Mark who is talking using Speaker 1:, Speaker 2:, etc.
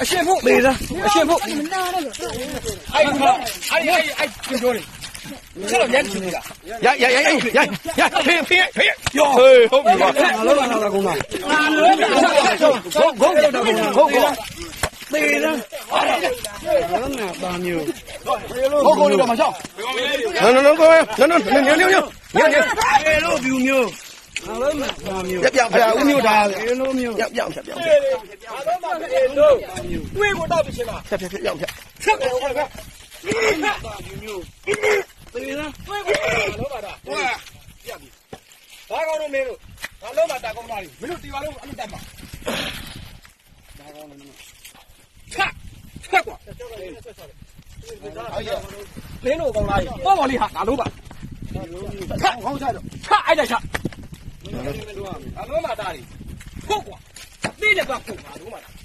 Speaker 1: အရှင်ဖို့မေးလားအရှင်ဖို့
Speaker 2: မနာတော့လို့
Speaker 1: အဲ့ဒီတော့အဲ့ဒီအဲ့ဒီပြောလေဆက်တော့ရန်ကြည့်လား
Speaker 3: ရိုက်ရိုက်ရိုက်ရိုက်ရိုက်ဖေးဖေးဖေးရောဟေးဟုတ်ပြီပါ
Speaker 1: ငါလုံးလာတာကောင်မဂုံဂုံတော့ကောင်မဂုံကောမေးလား
Speaker 3: ဟောကိုလေးတော့မချောင်းနော်နော်နော်ကိုနော်နော်ညညညညညည
Speaker 1: အဲလိုဗျူမျိုး
Speaker 3: ညပြောင်ဖရာဦးမျိုးဒါပြောင်ပြောင်ပြောင်ပြောင်
Speaker 1: ဘာတော့မှမအေးတော့တွေးကိုတော့ပြချင်လား
Speaker 3: ဖြတ်ဖြတ်ဖြတ်ပြောင်ဖြတ်
Speaker 1: ဆက်တယ်ဟုတ်လားဗျူမျိုးမေးလားတွေးကိုတော့တော့ဟုတ်လားပြပြီဘာကောင်တော့မင်းတို့ဘာလုံးမတာကောင်သားလေးမင်းတို့တီပါလုံးအဲ့လိုတတ်ပါဘာကောင်တော့မင်းတို့ဆက်ဆက်ကွာ
Speaker 3: အဲ့
Speaker 1: လင်းတို့ကောင်းလားပေါ့ပေါ့လေးဟာငါလုံးပါ
Speaker 3: ဒါခေါင်းချတော့
Speaker 1: ခအဲ့ဒါချငါလုံးမသားလေးဟုတ်ကွာသိတယ်ကွာကိုငါလုံးမသား